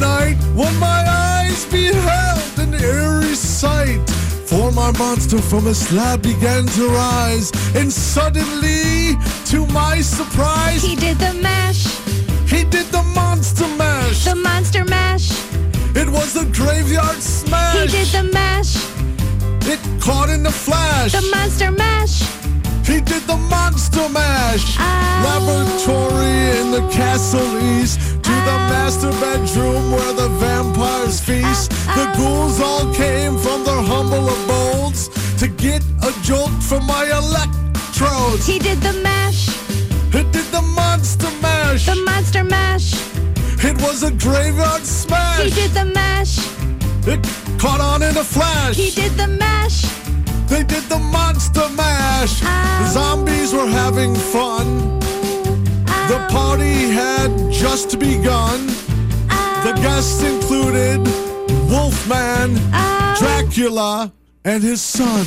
Will my eyes beheld an eerie sight? For my monster from a slab began to rise, and suddenly, to my surprise, He did the mash, he did the monster mash. the monster mash. It was a graveyard He smash. did the mash, it caught in the flash. the monster mash. He did the monster mash. Ow. Laboratory in the castle east. To the Oh. master bedroom where the vampires feast. Oh, The ghouls all came from their humble abodes to get a jolt from my electrodes. He did the mash, He did the monster mash. the monster mash. it was a graveyard He smash. did the mash, it caught on in a flash. he did the mash. They did the monster mash. Ow. The zombies were having fun. The Ow, party had just begun. ow, The guests included Wolfman, ow. Dracula, and his son.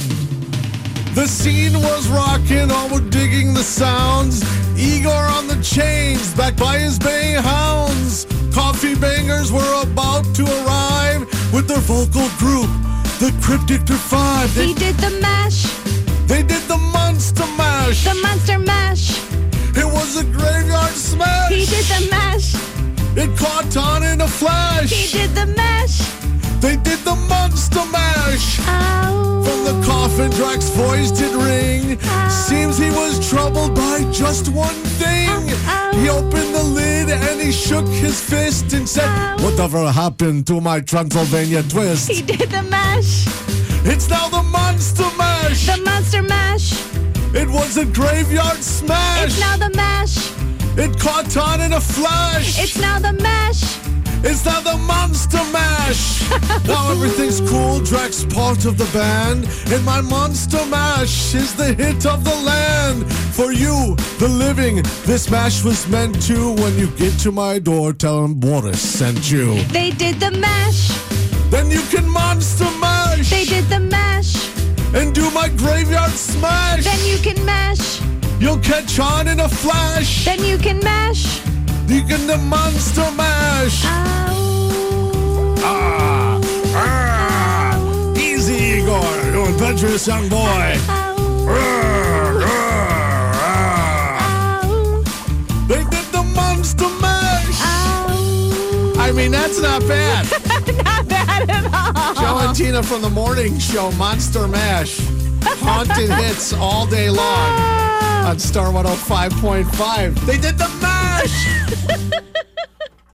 The scene was rocking, all were digging the sounds. Igor on the chains, backed by his bay hounds. Coffee bangers were about to arrive with their vocal group, the Cryptic Five. They He did the mash, they did the monster mash. the monster mash. It was a graveyard smash. He did the mash, It caught on in a flash. he did the mash. They did the monster mash. Ow, From the coffin, Drax's voice did ring. Seems he was troubled by just one thing. He opened the lid and he shook his fist and said, Whatever happened to my Transylvania twist? he did the mash, It's now the monster mash. the monster mash. It was a graveyard It's smash. now the mash, It caught on in a flash. it's now the mash. It's now the Monster Mash! now everything's cool, Drax part of the band, and my Monster Mash is the hit of the land. For you, the living, this mash was meant to. When you get to my door, tell him Boris sent you. They did the mash, Then you can Monster Mash! they did the mash. And do my Graveyard Smash! Then you can mash, You'll catch on in a flash! then you can mash. you can the Monster Mash! Ow. Ah, ah, easy, Igor, you impetuous young boy. Ow, ow, They did the monster mash. ow. I mean, that's not bad. Not bad at all. Joe and Tina from the morning show, Monster Mash, haunted hits oh all day long on Star 105.5. They did the mash.